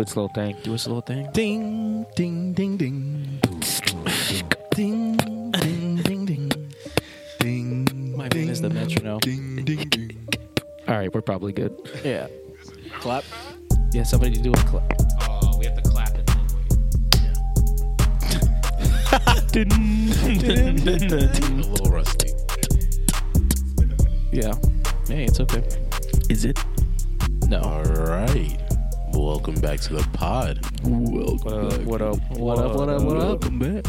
It's a little thing. Do us a little thing. Ding, ding, ding, ding. Ding, ding, ding, ding. Ding. My man is the metronome. Ding, ding, ding. All right, we're probably good. Yeah. Clap. Yeah, somebody do a clap. Oh, we have to clap and then wait. yeah. A little rusty. Hey, it's okay. Is it? No. All right. Welcome back to the pod. Uh, What up? What up? What up, what up, what up? back.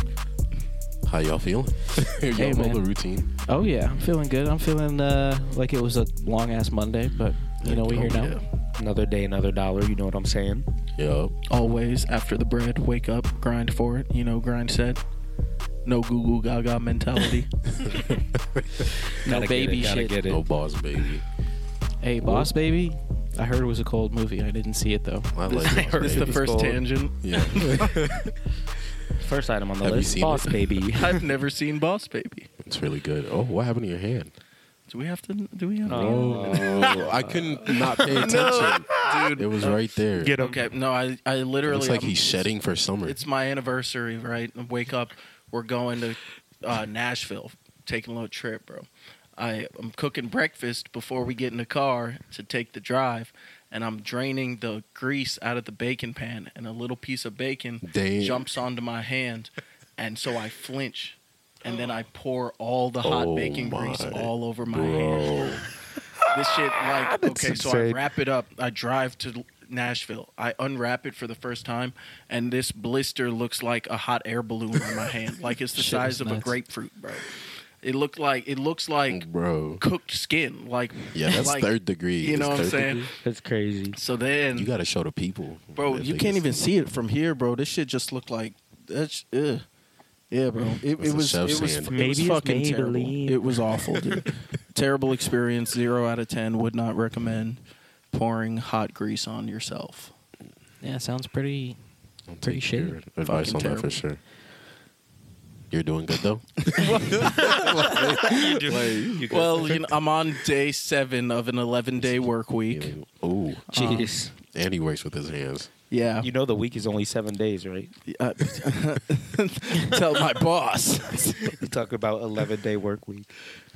How y'all feeling? y'all Hey, on man. the routine. Oh yeah, I'm feeling good. I'm feeling uh, like it was a long ass Monday, but you know we Oh, Oh, here now. Another day, another dollar. You know what I'm saying? Yeah. Yup. Always after the bread, wake up, grind for it. You know, grind set. No goo goo gaga mentality. No Gotta get it, baby gotta shit. get it. No boss baby. Hey, Boss Baby. I heard it was a cold movie. I didn't see it though. I like boss this is the baby. first cold. tangent. Yeah. First item on the Have you list. seen Boss it? baby. I've never seen Boss Baby. it's really good. Oh, what happened to your hand? Do we have to? Do we have? to- Oh, I couldn't not pay attention. It was right there. Get him. Okay. No, I I literally. Looks like I'm- he's shedding for summer. It's my anniversary, right? I wake up. We're going to uh, Nashville, taking a little trip, bro. I, I'm cooking breakfast before we get in the car to take the drive, and I'm draining the grease out of the bacon pan, and a little piece of bacon Damn. jumps onto my hand, and so I flinch, and then I pour all the hot Oh bacon grease my all over my hand Bro. this shit like That's okay so i insane. wrap it up i drive to nashville i unwrap it for the first time and this blister looks like a hot air balloon on my hand like it's the Shit is size of a nuts. grapefruit bro it looked like it looks like Bro. cooked skin like Mm. Yeah, that's like, third degree. you It's know what i'm third saying degree. That's crazy. so then You gotta show the people. bro that you they can't even see it from here bro this shit just looked like that's ugh. yeah bro it, That's it a was it chef's was, hand. it Maybe was it's fucking terrible Maybelline. it was awful dude terrible experience 0 out of 10 would not recommend pouring hot grease on yourself Yeah, sounds pretty. I'll take Pretty shady. your Advice Fucking on that terrible. for sure. You're doing good though. well you know, i'm on day 7 of an 11 day work week oh, uh, Jeez. and he works with his hands. yeah you know the week is only seven days, right? uh, tell my boss You talk about eleven day work week.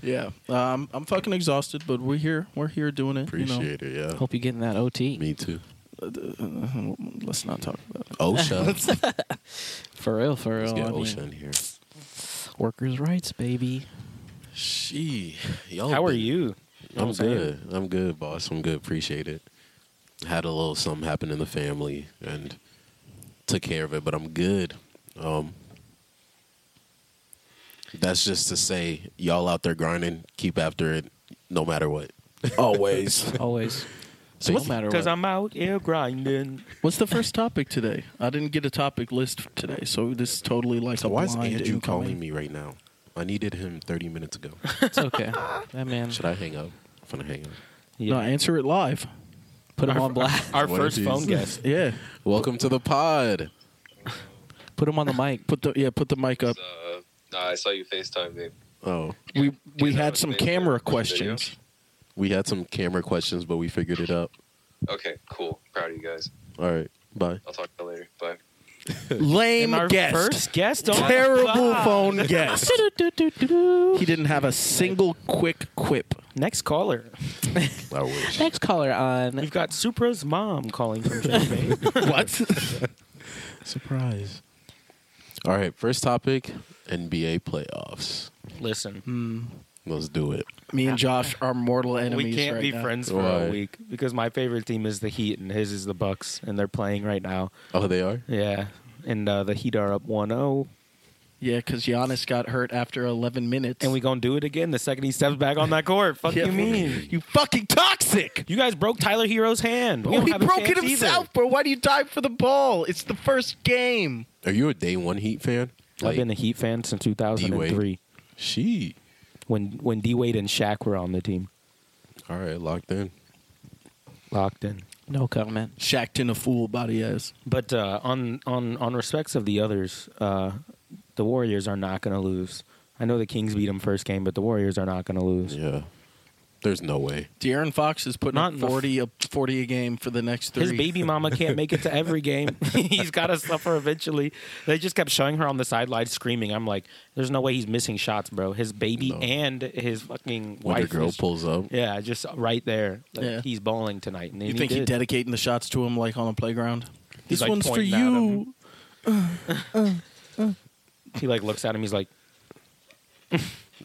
yeah um, i'm fucking exhausted but we're here we're here doing it you know. Appreciate it. Yeah. Hope you getting that OT Me too. let's not talk about it OSHA. Let's get for real. For real. I mean, OSHA in here. workers' rights, baby. She. Y'all How are been- you? I'm good. I'm good, boss. I'm good. Appreciate it. Had a little something happen in the family and took care of it, but I'm good. Um, that's just to say, y'all out there grinding, keep after it, no matter what. Always. Always. so no matter Because what. I'm out here grinding. what's the first topic today i didn't get a topic list for today so this is totally like So a why is blind Andrew incoming. calling me right now? I needed him 30 minutes ago. it's okay. That man Should I hang up? I'm gonna hang up. no answer it live put him on blast. Our What first is- phone guest. yeah Welcome to the pod. Put him on the mic. put the yeah put the mic up Uh, nah, I saw you FaceTime me. Oh, we we that had was some based on camera the video? questions we had some camera questions, but we figured it out. Okay, cool. Proud of you guys. All right, bye. I'll talk to you later. Bye. lame And our guest first guest on terrible the pod. phone guest he didn't have a single quick quip Next caller. I wish. Next caller on. We've got Supra's mom calling from Champagne. what Surprise. All right, first topic NBA playoffs. Listen, Let's do it. me and josh are mortal we enemies can't right be now. friends for Why? a week because my favorite team is the Heat and his is the Bucks, and they're playing right now. Oh, they are? Yeah, and uh, the Heat are up oh, 1-0, yeah because Giannis got hurt after 11 minutes and we gonna do it again the second he steps back on that court. Fuck Yeah, you mean? you fucking toxic You guys broke Tyler Hero's hand. We Oh, don't he have a broke it chance either. himself, bro. Why do you dive for the ball? It's the first game. Are you a day one Heat fan? I've been a Heat fan since 2003 D-Wade. she. when when D Wade and Shaq were on the team, All right, locked in. locked in. No comment. Shaqed in a fool body ass. But uh, on on on respects of the others, uh, the Warriors are not going to lose. I know the Kings beat them first game, but the Warriors are not going to lose. Yeah. There's no way. De'Aaron Fox is putting Not up in the f- 40 a 40 a game for the next three. His baby mama can't make it to every game. he's got to suffer eventually. They just kept showing her on the sideline screaming. I'm like, there's no way he's missing shots, bro. His baby No. and his fucking When the wife. girl is- pulls up, yeah, just right there. Like, Yeah. He's bowling tonight. And You think he did. dedicating the shots to him like on a playground? He's, This like, one's for pointing at you. him. He like looks at him. He's like,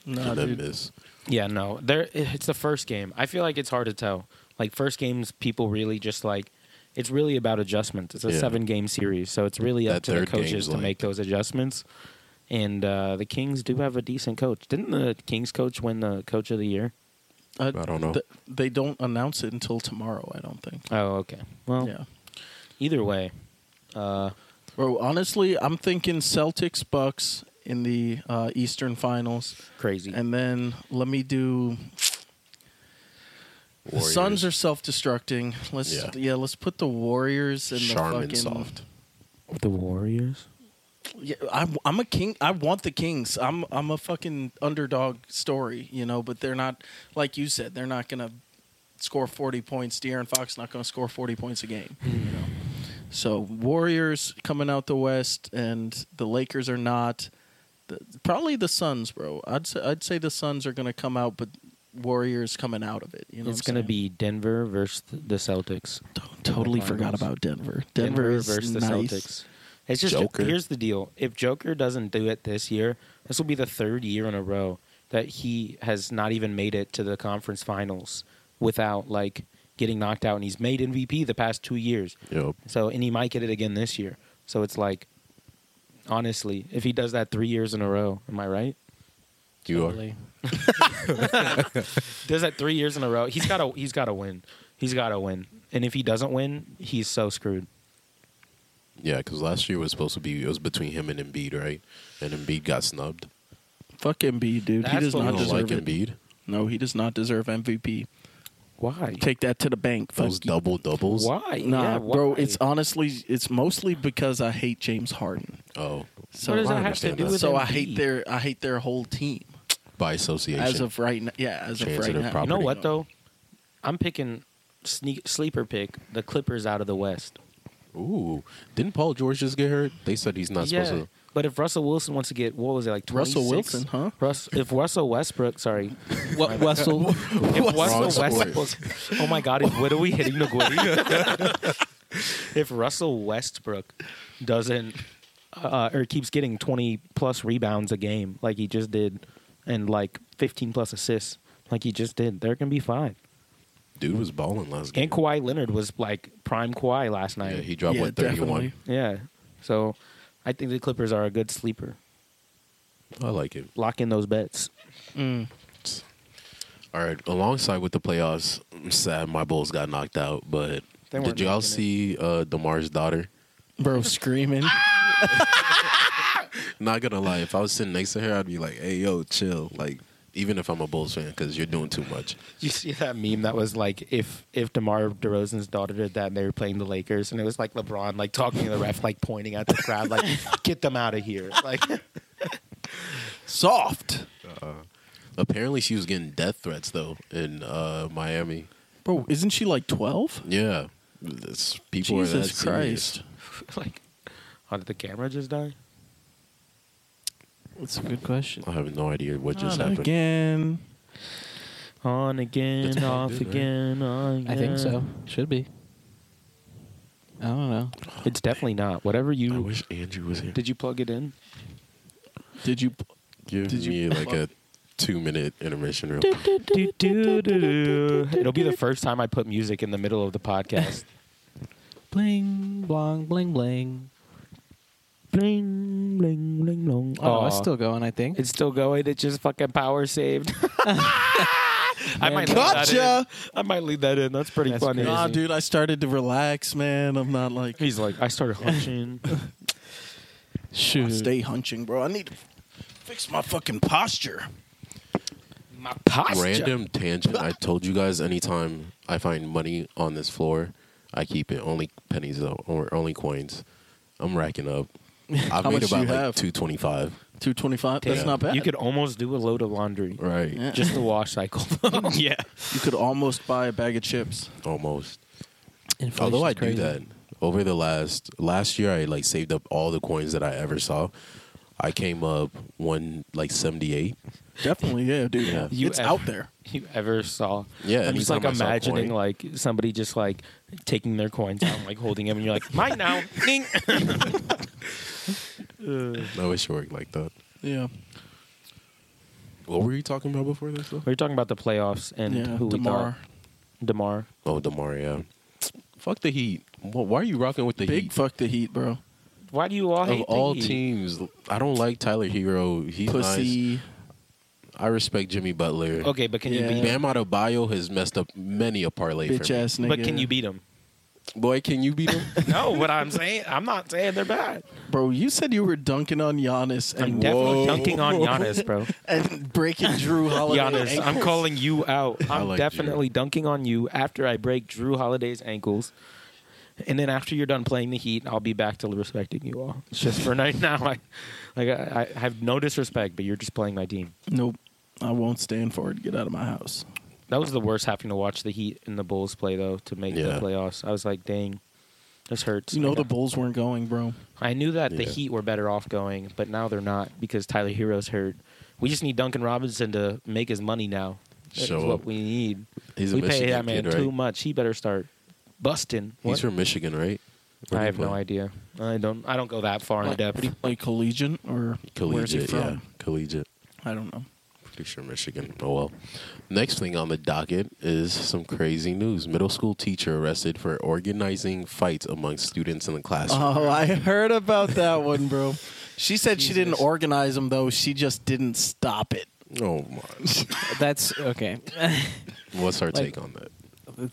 No, and then dude. miss. Yeah, no. There it's the first game. I feel like it's hard to tell. Like first games people really just like it's really about adjustments. It's a Yeah. 7 game series, so it's really up That to the third game's coaches to like- make those adjustments. And uh, the Kings do have a decent coach. Didn't the Kings coach win the coach of the year? Uh, I don't know. th- they don't announce it until tomorrow. I don't think. Oh, okay. Well, Yeah. either way, uh, Bro, honestly, I'm thinking Celtics Bucks in the uh, Eastern Finals, crazy. and then let me do. The Suns are Warriors. self-destructing. Let's yeah. Yeah. let's put the Warriors and the Charmin fucking. soft. the Warriors? Yeah, I'm I'm a king. I want the Kings. I'm I'm a fucking underdog story, you know. But they're not like you said. They're not gonna score 40 points. De'Aaron Fox not gonna score 40 points a game. You know. So Warriors coming out the West, and the Lakers are not. The, probably the Suns, bro. I'd say I'd say the Suns are gonna come out, but Warriors coming out of it. You know, it's going going to be Denver versus the Celtics. totally the forgot finals. about Denver. Denver, Denver, is versus the nice. Celtics. It's just Joker. here's the deal. If Joker doesn't do it this year, this will be the third year in a row that he has not even made it to the conference finals without like getting knocked out and he's made MVP the past 2 years. Yup. So and he might get it again this year. So it's like honestly, if he does that 3 years in a row, am I right? You are. Really. Does that 3 years in a row, he's got to he's got to win. He's got to win. And if he doesn't win, he's so screwed. Yeah, because last year was supposed to be it was between him and Embiid, right? And Embiid got snubbed. Fuck Embiid, dude. he That's does what not I we don't deserve like it. Embiid. No, he does not deserve MVP. Why? Take that to the bank. Fuck Those you. double doubles. why? Nah, Yeah, bro. why? It's honestly, it's mostly because I hate James Harden. Oh, So, what does I that have to understand do that. with so I Embiid? hate their, I hate their whole team. by association. As of right now, yeah. As of Chance right of now, You know property. what though? I'm picking sneak sleeper pick the Clippers out of the West. Ooh, didn't Paul George just get hurt? They said he's not yeah, supposed to. but if Russell Wilson wants to get what was it like? 26? Russell Wilson, huh? Russ, if Russell Westbrook, sorry, What Wessel? if Wrong Russell sport. Westbrook, oh my God, if what are we hitting the goodie? if Russell Westbrook doesn't uh, or keeps getting 20 plus rebounds a game like he just did, and like 15 plus assists like he just did, they're gonna be fine. Dude was balling last game. And Kawhi Leonard was like prime Kawhi last night. Yeah, he dropped yeah, what thirty definitely. one. Yeah. So I think the Clippers are a good sleeper. I like it. Lock in those bets. Mm. All right, alongside with the playoffs, I'm sad my Bulls got knocked out. But They weren't did y'all making it. see uh, Demar's daughter? Bro, screaming. Not gonna lie, if I was sitting next to her, I'd be like, "Hey, yo, chill." Like, even if I'm a Bulls fan, because you're doing too much. You see that meme that was like if if DeMar DeRozan's daughter did that and they were playing the Lakers and it was like LeBron like talking to the ref like pointing at the crowd like get them out of here. Like Soft. Apparently, she was getting death threats though in uh, Miami. Bro, isn't she like twelve? Yeah, It's- people are that Jesus serious. Christ. like how did the camera just die? That's a good question. I have no idea what just Oh, Not happened. again. On again, That's what I off did, right? again, on again. I think so. Should be. I don't know. It's definitely not. Whatever I you wish Andrew was here. did you plug it in? Did you? Give did me you- like a two minute intermission real Do, do, do, do. It'll be the first time I put music in the middle of the podcast. Bling blong bling bling. bling, bling, bling, long. Oh, no, it's still going. I think. It's still going. It just fucking power saved. I might leave that Gotcha. in. I might leave that in. That's pretty That's funny. crazy. Nah, dude. I started to relax, man. I'm not like. He's like, I started hunching. I Shoot. stay hunching, bro. I need to fix my fucking posture. My posture. Random tangent. I told you guys anytime I find money on this floor, I keep it. Only pennies though, or only coins. I'm racking up. I've How made much about you like have? 225. Two twenty five. That's Damn. not bad. You could almost do a load of laundry. Right. Yeah. Just the wash cycle. yeah. you could almost buy a bag of chips. Almost. Although I do that over the last last year, I like saved up all the coins that I ever saw. I came up one like seventy eight. Definitely, yeah, dude. Yeah. You it's ever- out there. You ever saw? Yeah, I'm just anytime like I saw a imagining coin. like somebody just like taking their coins out, and, like holding them, and you're like, mine now. Ding. I wish it worked like that. Yeah, What were you talking about before this? Though? We were talking about the playoffs and yeah. who we Tomorrow, thought Demar. Oh, Demar. Yeah. Fuck the Heat. Wh- Why are you rocking with the big Heat? fuck the heat, bro. Why do you all of hate the all Heat? teams, I don't like Tyler Hero. He's nice. Pussy. I respect Jimmy Butler. Okay, but can Yeah. you beat? Bam Adebayo has messed up many a parlay Bitch for me. ass nigga. But can you beat them? Boy, can you beat him? no, what I'm saying, I'm not saying they're bad. Bro, you said you were dunking on Giannis I'm and definitely Whoa. dunking on Giannis, bro. and breaking Drew Holiday. Giannis, I'm ankles. calling you out. I I'm like definitely dunking on you after I break Drew Holiday's ankles. And then after you're done playing the Heat, I'll be back to respecting you all. It's just for right now, I, like I, I have no disrespect, but you're just playing my team. Nope, I won't stand for it. Get out of my house. That was the worst having to watch the Heat and the Bulls play though to make Yeah. the playoffs. I was like, dang, this hurts. You know I the Bulls weren't going, bro. I knew that the Yeah. Heat were better off going, but now they're not because Tyler Hero's hurt. We just need Duncan Robinson to make his money now. That's Show what up. we need. He's a we pay Michigan that man kid, too right? much. He better start busting. What? He's from Michigan, right? I Where do you have no play? idea. I don't. I don't go that far in Like, depth. like collegiate or where's he Collegiate, from? yeah. Collegiate. I don't know. Pretty sure Michigan. Oh well. Next thing on the docket is some crazy news. Middle school teacher arrested for organizing fights among students in the classroom. Oh, I heard about that one, bro. She said she didn't Jesus. organize them though. She just didn't stop it. oh my. That's okay. What's our Like- take on that?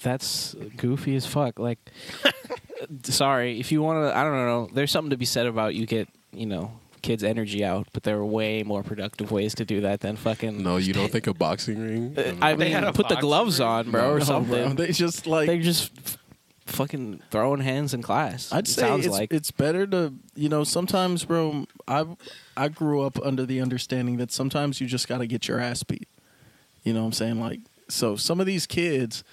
That's goofy as fuck. Like, sorry if you want to. I don't know. There's something to be said about you get you know kids' energy out, but there are way more productive ways to do that than fucking. No, you don't think a boxing ring? Uh, I They had mean, a put the boxing gloves on, bro, or No, something. bro. They just like They're just f- fucking throwing hands in class. it I'd say sounds it's, like it's better to you know sometimes, bro. I I grew up under the understanding that sometimes you just got to get your ass beat. You know what I'm saying? Like so, some of these kids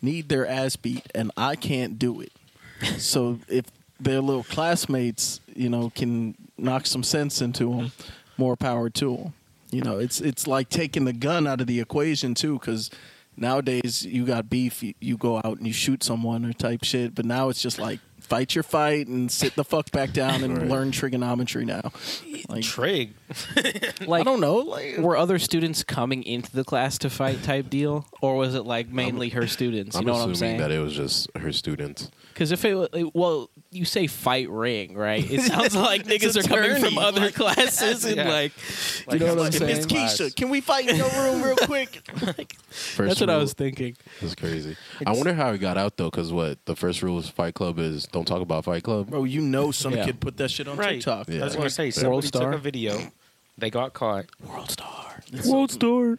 need their ass beat, and I can't do it. so if their little classmates, you know, can knock some sense into them, more power to them. You know, it's it's like taking the gun out of the equation too, because. Nowadays, you got beef, you, you go out and you shoot someone or type shit. But now it's just like fight your fight and sit the fuck back down and Right. learn trigonometry now. Like, Trig. like I don't know. Like, were other students coming into the class to fight type deal, or was it like mainly her students? You I'm know what assuming I'm saying? that it was just her students. Because if it wa- like, well, you say fight ring, right? It sounds like niggas a are coming tourney. from other classes and Yeah. like, Like, you know what I'm like, saying? Miss Keisha, can we fight in your room real quick? Like, First That's what I rule- was thinking. That's crazy. I wonder how it got out though, because what the first rule of Fight Club is don't talk about Fight Club. bro, you know some Yeah. kid put that shit on Right. TikTok. Yeah. I was gonna say World somebody star? took a video. They got caught. World Star. World Star.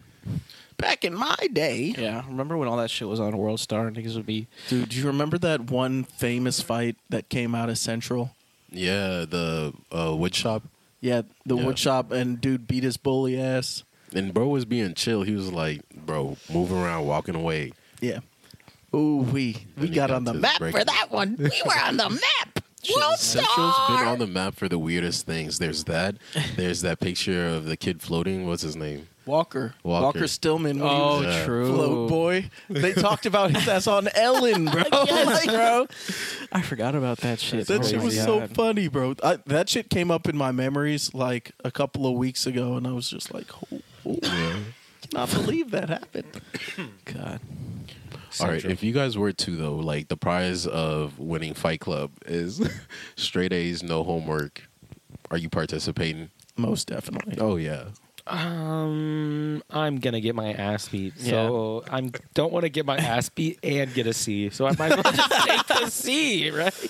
Back in my day, Yeah, remember when all that shit was on World Star and niggas would be dude, do you remember that one famous fight that came out of Central? Yeah, the uh, wood shop. Yeah, the Yeah. wood shop and dude beat his bully ass. And bro was being chill. He was like, bro, moving around, walking away. Yeah. Ooh, we we he got got on the to map break for it. that one. We were on the map. World Central's been on the map for the weirdest things. There's that. There's that picture of the kid floating. What's his name? Walker. Walker, Walker. Stillman. when he Oh, was Yeah. a true. Float boy. They talked about his ass on Ellen, bro. Like, bro. I forgot about that shit. That Oh shit my was so God. funny, bro. I, that shit came up in my memories like a couple of weeks ago, and I was just like, oh, oh, cannot believe that happened. God. All right. If you guys were to though, like the prize of winning Fight Club is straight A's, no homework. Are you participating? Most definitely. Oh yeah. Um, I'm gonna get my ass beat. So I'm don't want to get my ass beat and get a C. So I might as well just take the C, right?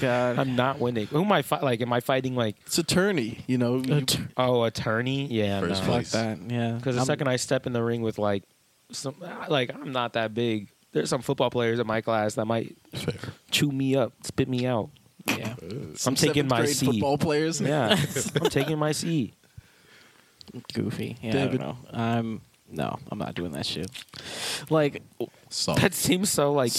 God. I'm not winning. Who am I fight? Like, am I fighting like It's attorney, you know. you- oh attorney? Yeah, First no. Fuck that. Yeah. Because the I'm- second I step in the ring with like some, like I'm not that big. There's some football players in my class that might Fair. chew me up, spit me out. Yeah. Some taking seventh my grade C. Football players. Yeah, I'm taking my C. Goofy. Yeah, I David. don't know. I'm no, I'm not doing that shit. Like Soft. That seems Oh. so like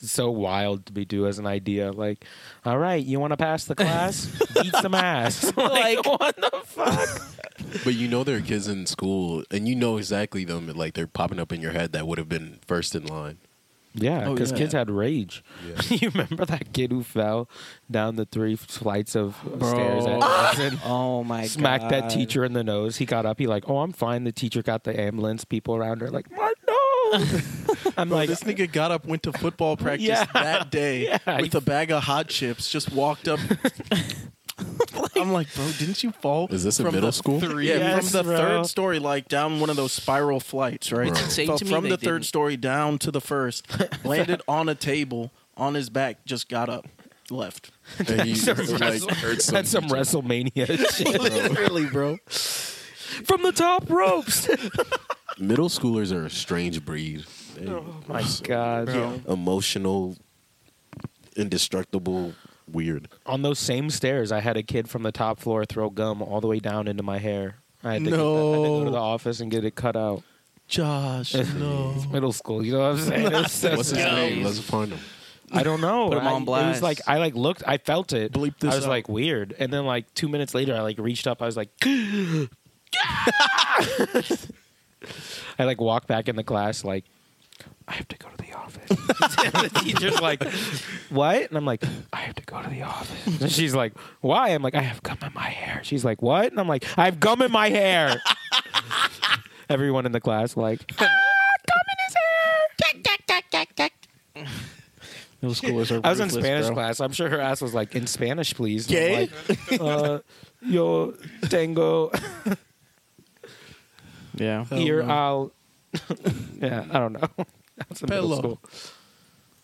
so wild to be do as an idea. Like, all right, you want to pass the class? Beat some ass. like, what the fuck? But you know there are kids in school, and you know exactly them. and, Like they're popping up in your head that would have been first in line. Yeah, Oh, because yeah. kids had rage. you remember that kid who fell down the three flights of stairs at Madison? oh my Smacked god. that teacher in the nose. He got up. He like, oh, I'm fine. The teacher got the ambulance. People around her like, my nose. I'm like, this nigga got up, went to football practice Yeah. that day Yeah. with a bag of hot chips, just walked up. I'm like, bro, didn't you fall? Is this a from middle the school? Three, yeah, Yes, from the bro. third story, like down one of those spiral flights, right? Bro. Say Fell to me from they the third didn't. story down to the first, landed on a table, on his back, just got up, left. And you, some wrestle- heard some that's some WrestleMania shit. Literally, bro. From the top ropes. Oh middle schoolers are a strange breed. They- my God. Bro. Emotional, indestructible, weird. On those same stairs, I had a kid from the top floor throw gum all the way down into my hair. I had to, get the- I had to go to No. the office and get it cut out. Josh, no. Middle school, you know what I'm saying? It was so What's his sad. name? Let's find him. I don't know. Put 'em I- on It was blast. like I like looked, I felt it. Bleep this I was out. like weird, and then like two minutes later, I like reached up. I was like, I like walked back in the class like. I have to go to the office. and the teacher's like, "What?" And I'm like, "I have to go to the office." And she's like, "Why?" I'm like, "I have gum in my hair." She's like, "What?" And I'm like, "I have gum in my hair." Everyone in the class like, "Ah, Middle schoolers are I was in ruthless, Spanish bro. class. I'm sure her ass was like, in Spanish, please. And Gay? I'm like, uh, yo tengo Yeah. here I'll. yeah, I don't know. That's in middle Pillow. school.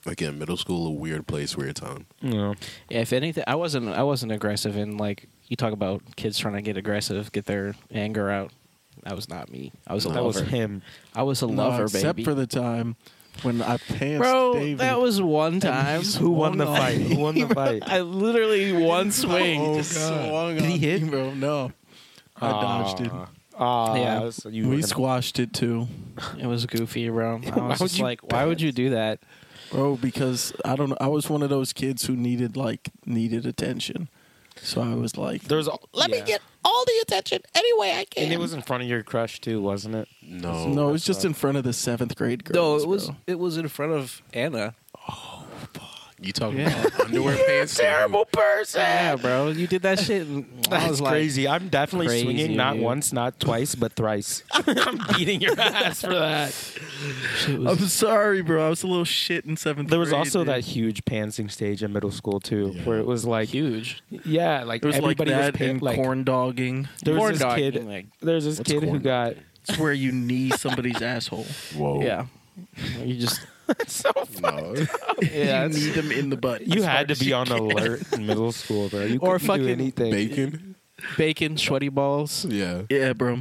Again, middle school, a weird place, weird time. No. Yeah, if anything I wasn't I wasn't aggressive in like you talk about kids trying to get aggressive, get their anger out. That was not me. I was a That was lover. him. I was a No, lover, except baby. for the time when I pants Bro, David. that was one time. Oh, he's- Who won the Hold on. fight? Who won the fight? I literally one swing. Oh, just- God. Did he hit? me, Bro, no. I dodged it. Ah, Yeah. yeah. So you were We gonna- squashed it too, It was goofy, bro. I Why was would just you like, why would you do that? bro. Because I don't. know. I was one of those kids who needed like needed attention, so I was like, There's. a- yeah. all the attention any way I can. And it was in front of your crush too, wasn't it? No, no, it was just in front of the seventh grade No, girls. it was bro. it was in front of Anna. You talking about underwear pants? Terrible. Yeah, bro, you did that shit. And I was That's like, crazy. I'm definitely Crazy, swinging not dude. once, not twice, but thrice. I'm beating your ass for that. shit was- I'm sorry, bro. I was a little shit in seventh. There was grade, also dude. that huge pantsing stage in middle school too, Yeah. where it was like, huge. yeah, like It was like everybody that was pan- and like corn dogging. there Corn was this dog, kid, like, there was this What's kid who corn got It's where you knee somebody's asshole. Whoa. yeah, you just so No. yeah. you it's- knee them in the butt. You had to be on alert in middle school, bro. You couldn't Or do fucking anything. Bacon. bacon, sweaty balls. Yeah. Yeah, bro.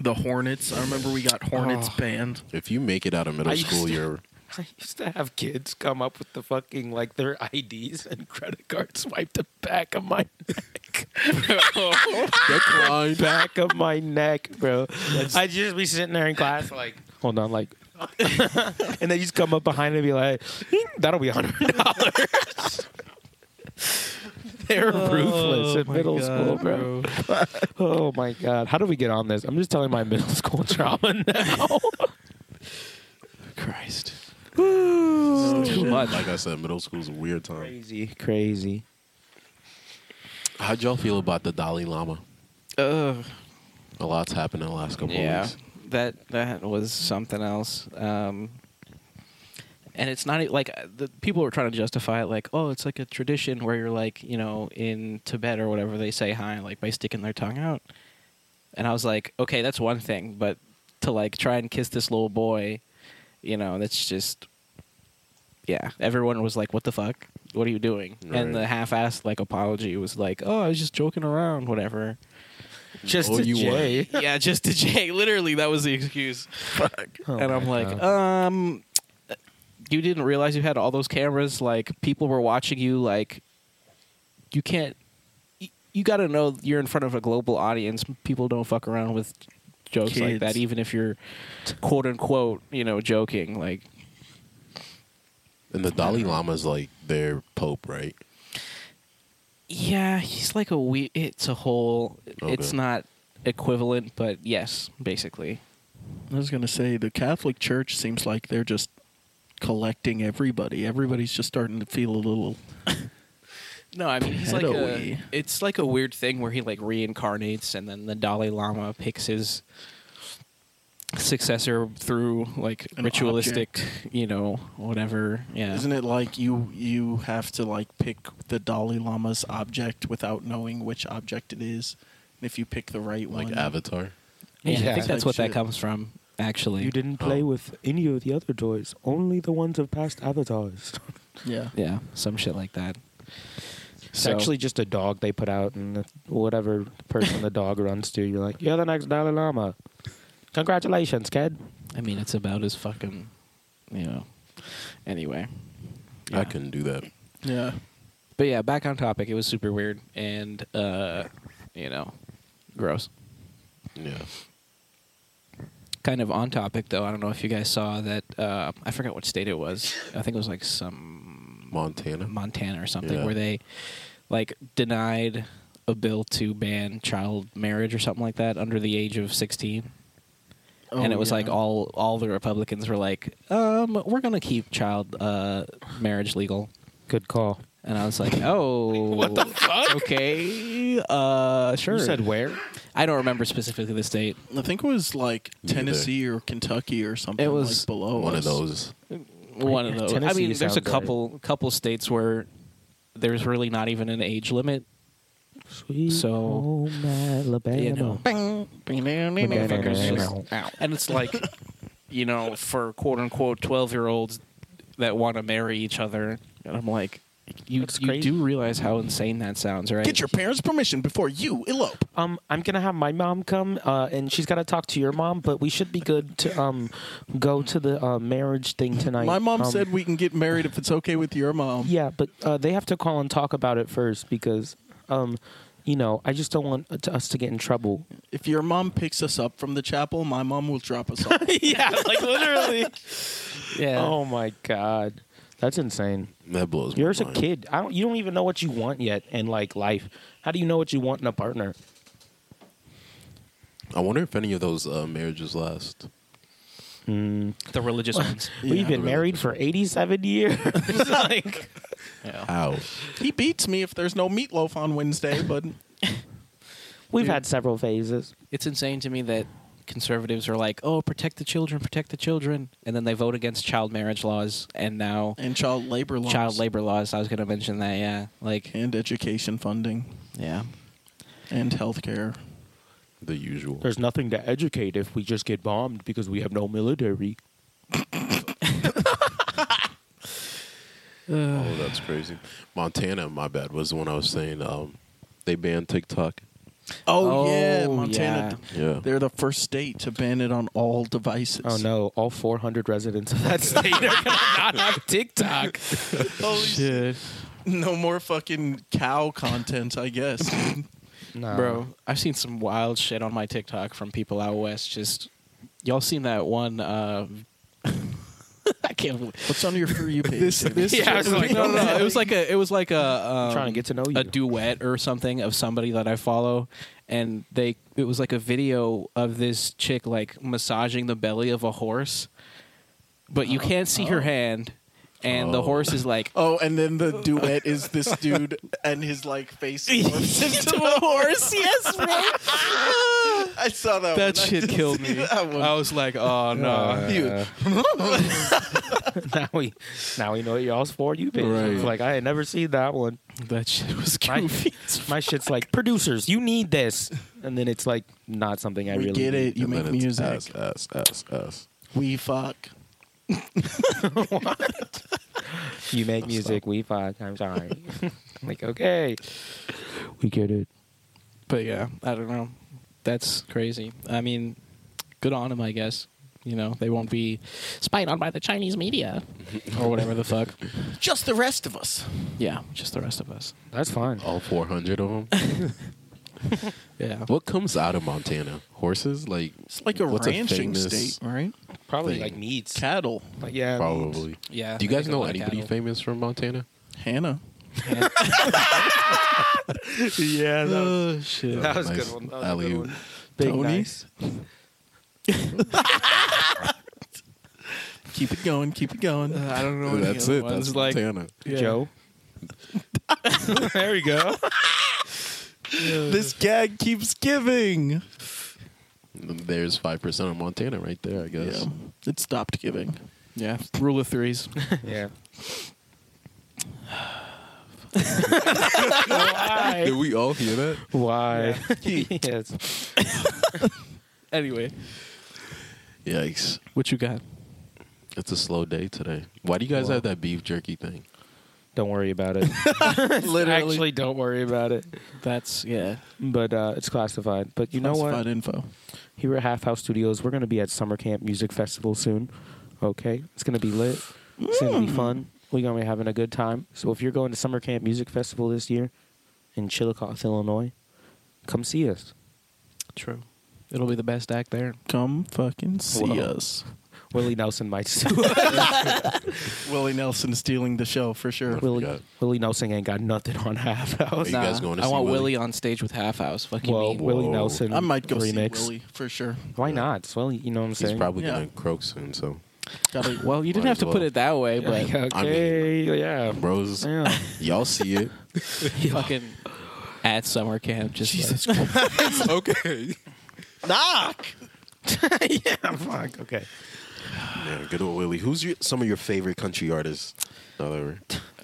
The Hornets. I remember we got Hornets Oh. banned. If you make it out of I middle used school, to- you're I used to have kids come up with the fucking like their IDs and credit cards swipe the back of my neck. declined. back of my neck, bro. I'd just be sitting there in class like hold on, like and they just come up behind and be like, "Hmm, that'll be hundred dollars. They're ruthless in middle school, Oh bro. Oh my god. How do we get on this? I'm just telling my middle school trauma now. Christ. Too much. Like I said, middle school's a weird time. crazy, crazy. How'd y'all feel about the Dalai Lama? Uh, Ugh. A lot's happened in the last couple of Yeah, weeks. that that was something else. Um, and it's not e- like uh, the people were trying to justify it, like, oh, it's like a tradition where you're like, you know, in Tibet or whatever, they say hi like by sticking their tongue out. And I was like, okay, that's one thing, but to like try and kiss this little boy, you know, that's just, yeah. Everyone was like, what the fuck? What are you doing? Right. And the half-assed like apology was like, oh, I was just joking around, whatever. Just Oh, to you Jay. yeah, just to Jay. Literally, that was the excuse Oh and I'm my like, God. um, you didn't realize you had all those cameras. Like people were watching you. Like you can't. You, you got to know you're in front of a global audience. People don't fuck around with jokes like Kids. that, even if you're quote unquote, you know, joking. Like And the Dalai Lama's like their pope, right? yeah, he's like a we. It's a whole. It's Okay. not equivalent, but yes, basically. I was gonna say the Catholic Church seems like they're just collecting everybody. Everybody's just starting to feel a little. No, I mean he's like a, Pedo-y. it's like a weird thing where he like reincarnates and then the Dalai Lama picks his successor through like An ritualistic, you know, whatever. Yeah. Isn't it like you you have to like pick the Dalai Lama's object without knowing which object it is, and if you pick the right Like one, Avatar. yeah, I Yeah. think that's what that Shit. comes from actually. You didn't play play Oh. with any of the other toys, only the ones of past avatars. yeah, Yeah, some shit like that. It's actually just a dog they put out, and whatever person the dog runs to, you're like, you're the next Dalai Lama. Congratulations, kid. I mean it's about as fucking, you know. Anyway. I Yeah. couldn't do that. yeah. But yeah, back on topic. It was super weird and uh, you know, gross. Yeah. kind of on topic though. I don't know if you guys saw that. Uh, I forgot what state it was. I think it was like some Montana. Montana or something Yeah. where they like denied a bill to ban child marriage or something like that under the age of sixteen. Oh, and it was like all all the Republicans were like, um, we're gonna keep child uh, marriage legal. Good call. And I was like, oh, what the fuck? Okay, uh, sure. You said where? I don't remember specifically the state. I think it was like Me neither. Tennessee or Kentucky or something. It was like below One of us. those. one of those. I Tennessee mean, there's sounds a right. couple couple states where there's really not even an age limit. Sweet So, home Alabama. You know, Motherfuckers. and it's like, you know, for quote unquote twelve year olds that want to marry each other, and I'm like, you That's you crazy. do realize how insane that sounds, right? Get your parents' permission before you elope. Um, I'm gonna have my mom come, uh, and she's gotta talk to your mom. But we should be good to um, go to the uh, marriage thing tonight. My mom Um, said we can get married if it's okay with your mom. Yeah, but uh, they have to call and talk about it first because, um, you know, I just don't want uh, to- us to get in trouble. If your mom picks us up from the chapel, my mom will drop us off. yeah, like literally. yeah. Oh my god, that's insane. That blows my You're just a mind. kid. I don't. You don't even know what you want yet in like life. How do you know what you want in a partner? I wonder if any of those uh, marriages last. the religious ones. Mm, We've been really married for 87 years. like, Yeah. How? he beats me if there's no meatloaf on Wednesday, but we've had several phases. It's insane to me that conservatives are like, oh, protect the children, protect the children, and then they vote against child marriage laws, and now and child labor laws, child labor laws. I was going to mention that. Yeah, like and education funding yeah. and healthcare. The usual. There's nothing to educate if we just get bombed because we have no military. Oh, that's crazy. Montana, my bad, was the one I was saying. Um, they banned TikTok. Oh, Oh, yeah, Montana. Yeah. They're the first state to ban it on all devices. Oh no! All 400 residents of that state are gonna not have TikTok. Holy shit! No more fucking cow content, I guess. No. Bro, I've seen some wild shit on my TikTok from people out west. Just y'all seen that one? Uh, I can't believe What's on your for you page? David? yeah, I was like, no, no, no. It was like a, it was like a um, trying to get to know you. a duet or something of somebody that I follow, and they it was like a video of this chick like massaging the belly of a horse, but you can't see her hand, and the Oh. horse is like Oh, and then the duet is this dude and his like face morphs into a horse. Yes, bro. I saw that. that one. I shit did killed me. see That one. I was like, oh no. You- now we, now we know what y'all's for you bitch. Right. Like I had never seen that one. That shit was My- goofy. as My shit's like producers, you need this, and then it's like not something I we really get need. it. You And make then it's music. Ass, ass, ass, ass. We fuck. You make music, we fuck. I'm sorry. like okay, we get it. But yeah, I don't know. That's crazy. I mean, good on him, I guess. You know, they won't be spied on by the Chinese media or whatever the fuck. Just the rest of us. Yeah, just the rest of us. That's fine. All 400 of them. Yeah. What comes out of Montana? Horses? Like It's like a What's a ranching famous- state, right? Probably Thing. like meats. Cattle. Like, yeah, meats. probably. Yeah. Do you guys know anybody famous from Montana? Hannah. yeah, that was, Oh shit! that was a good one. That was a good one. Big Tony? nice. Keep it going. Keep it going. I don't know. That's it. That's like Montana. Joe. there we go. this gag keeps giving. There's five percent of Montana right there. I guess. Yeah. It stopped giving. yeah. Rule of threes. Yeah. Did Why? we all hear that? Why? yes. anyway, Yikes! what you got? It's a slow day today. Why do you guys Wow. have that beef jerky thing? Don't worry about it. Literally. Actually, don't worry about it. That's yeah. But uh, it's classified. But you know what? Classified info. here at Half House Studios. We're going to be at Summer Camp Music Festival soon. Okay, it's going to be lit. It's going Mm. to be fun. We're going to be having a good time. So if you're going to Summer Camp Music Festival this year in Chillicothe, Illinois, come see us. True. It'll be the best act there. Come fucking see Whoa. us. Willie Nelson might Willie Nelson stealing the show for sure. Willie, forgot. Willie Nelson ain't got nothing on Half House. you guys going to I see want Willie? Willie on stage with Half House. Fuck you, Well, mean. Willie Whoa. Nelson I might go remix. see Willie for sure. Why not? It's Willie, you know what I'm He's saying? probably Yeah. gonna croak soon. So, Gotta- Well, you didn't Might have as to well. put it that way, but Like, okay, yeah. bros, Yeah. y'all see it? fucking at summer camp. Just Jesus like, okay. knock. yeah, fuck. Okay. Yeah, good old Willie. Who's your, some of your favorite country artists? Not ever.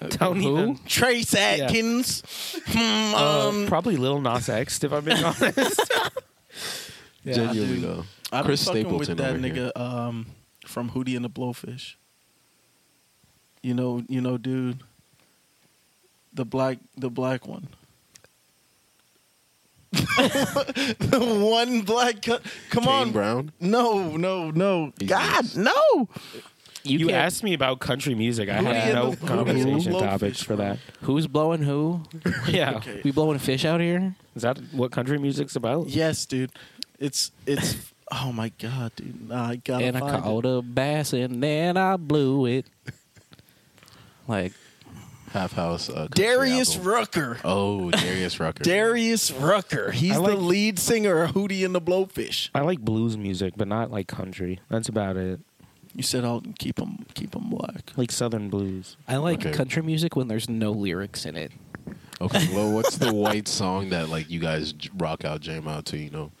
Don't who? even. Trace Atkins. Hmm, Uh, um, probably Lil Nas X, if I'm being honest. Yeah. Genuinely though. I been Chris fucking Stapleton with that over here. nigga um, from Hootie and the Blowfish. You know, you know, dude. The black, the black one. the one black. Co- come Kane on, Brown. no, no, no. He's God, nice. no. You, can't- asked me about country music. I Who had do you no know- who do you conversation know topics Blowfish for that. Who's blowing who? Yeah. Okay. We blowing fish out here? Is that what country music's about? Yes, dude. It's it's. oh my god, dude. Nah, I gotta and I find caught a bass and then I blew it. Like Half House. Uh, it. country Darius album. Rucker. Oh, Darius Rucker. Darius Rucker. He's I like- the lead singer of Hootie and the Blowfish. I like blues music, but not like country. That's about it. You said I'll keep him keep him black. Like southern blues. I like Okay. country music when there's no lyrics in it. Okay, well, what's the white song that like you guys j- rock out, jam out to? You know,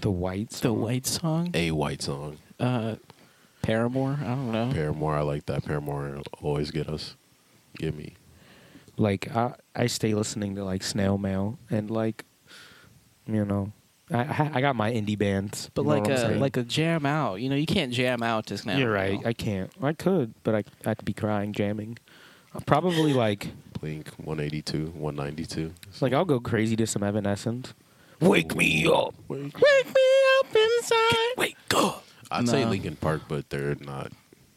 The whites. The white song, a white song. uh, Paramore. I don't know. Paramore, I like that. Paramore always get us. Give me. like I, I stay listening to like snail mail and like you know I- I I got my indie bands. but you know like what I'm a saying? like a jam out. You know, you can't jam out just now. You're right. I can't. I could, but I I'd be crying jamming. Probably like Blink 182, 192. like I'll go crazy to some Evanescence. Wake me up. Wake up inside. Wait, go. I'd say Nah. Lincoln Park, but they're not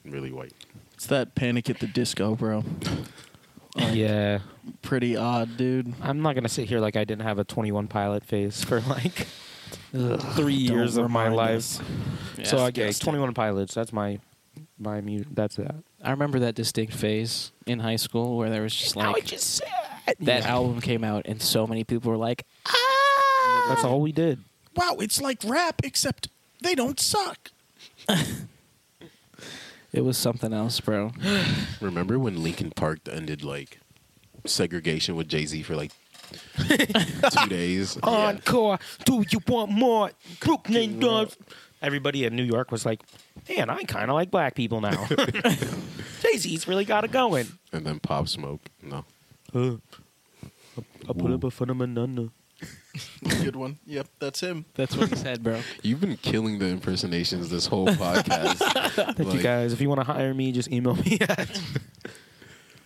really white. It's that panic at the disco, bro. Yeah. Pretty odd, dude. I'm not gonna sit here like I didn't have a 21 Pilot phase for like three years of my remind life. us. so I guess 21 Pilots. That's my my mu- That's that. I remember that distinct phase in high school where there was just like that album came out and so many people were like, That's all we did. Wow, it's like rap except they don't suck. it was something else, bro. Remember when Lincoln Park ended like segregation with Jay Z for like two days? Encore. Do you want more? Brooklyn Dubs. Everybody in New York was like, man, I kind of like black people now. Jay Z's really got it going. And then Pop Smoke. No. I put up a phenomenon. Good one. Yep, that's him. That's what he said, bro. You've been killing the impersonations this whole podcast. Thank you Like- guys. If you want to hire me, just email me at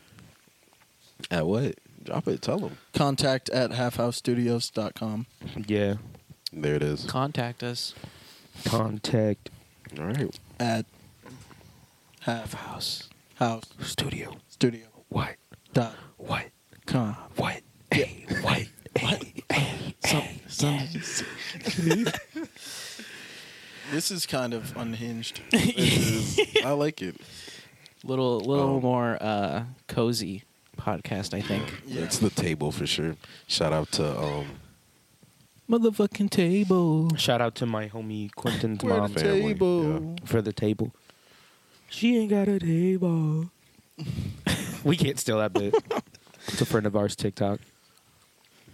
At what? Drop it. Tell them. Contact at halfhousestudios.com. yeah There it is. Contact us. contact All right. at half house house studio studio white dot white com white hey white hey hey this is kind of unhinged This is- I like it. Little little Um, more uh, cozy podcast, I think. Yeah. It's the table for sure. Shout out to um Motherfucking table. Shout out to my homie Quentin's We're the mom family, table. for the table. She ain't got a table. we can't steal that bit. It's a friend of ours TikTok.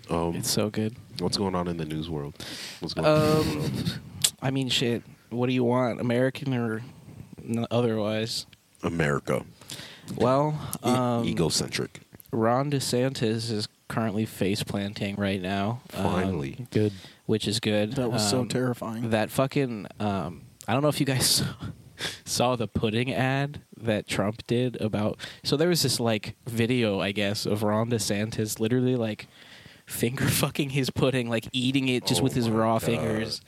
yeah. Um, It's so good. what's going on in the news world? What's going on? in the news Um, world? I mean, shit. What do you want, American or n- otherwise? America. Well, E- um, egocentric. Ron DeSantis is currently face planting right now. um, Finally. Good. which is good. that was so Um, terrifying That fucking um, I don't know if you guys saw, saw the pudding ad that Trump did about. So there was this like video, I guess, of Ron DeSantis literally like finger fucking his pudding, like eating it just Oh with his my raw God. fingers.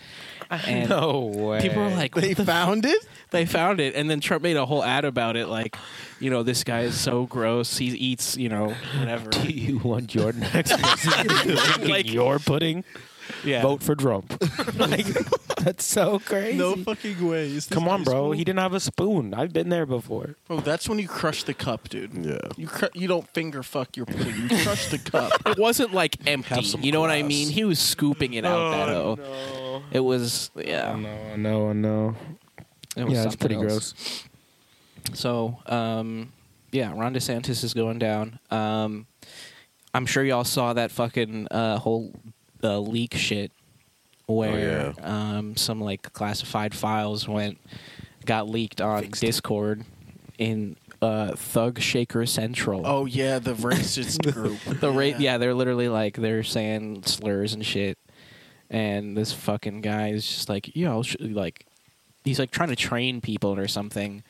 And no way. people are like, they "What the found it they found it and then trump made a whole ad about it like you know this guy is so gross he eats you know whatever do you want your next person to like Like- your pudding? yeah Vote for Trump. like, that's so crazy. no fucking way Is this Come on, high bro. school? He didn't have a spoon. I've been there before. Bro, that's when you crush the cup, dude. Yeah. You cr- you don't finger fuck your pudding. You crush the cup. it wasn't like empty some you know what i class. mean he was scooping it out that oh no. it was yeah No, no, no. Oh. it was Yeah, it's something pretty else. gross. so um yeah ron desantis is going down um i'm sure y'all saw that fucking uh whole uh, leak shit where um some like classified files went got leaked on discord in uh thug shaker central Oh yeah, the racist group. the rate yeah they're literally like they're saying slurs and shit and this fucking guy is just like yo sh-, like he's like trying to train people or something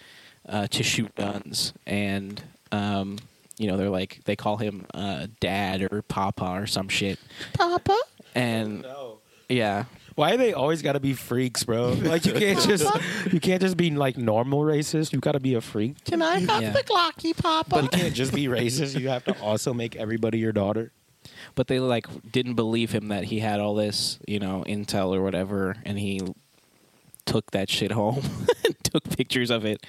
uh, to shoot guns and um you know they're like they call him uh dad or papa or some shit papa and No. yeah Why they always got to be freaks, bro? Like you can't just you can't just be like normal racist. You got to be a freak. can i have Yeah. glocky papa But you can't just be racist. You have to also make everybody your daughter. but they like didn't believe him that he had all this, you know, intel or whatever, and he took that shit home, took pictures of it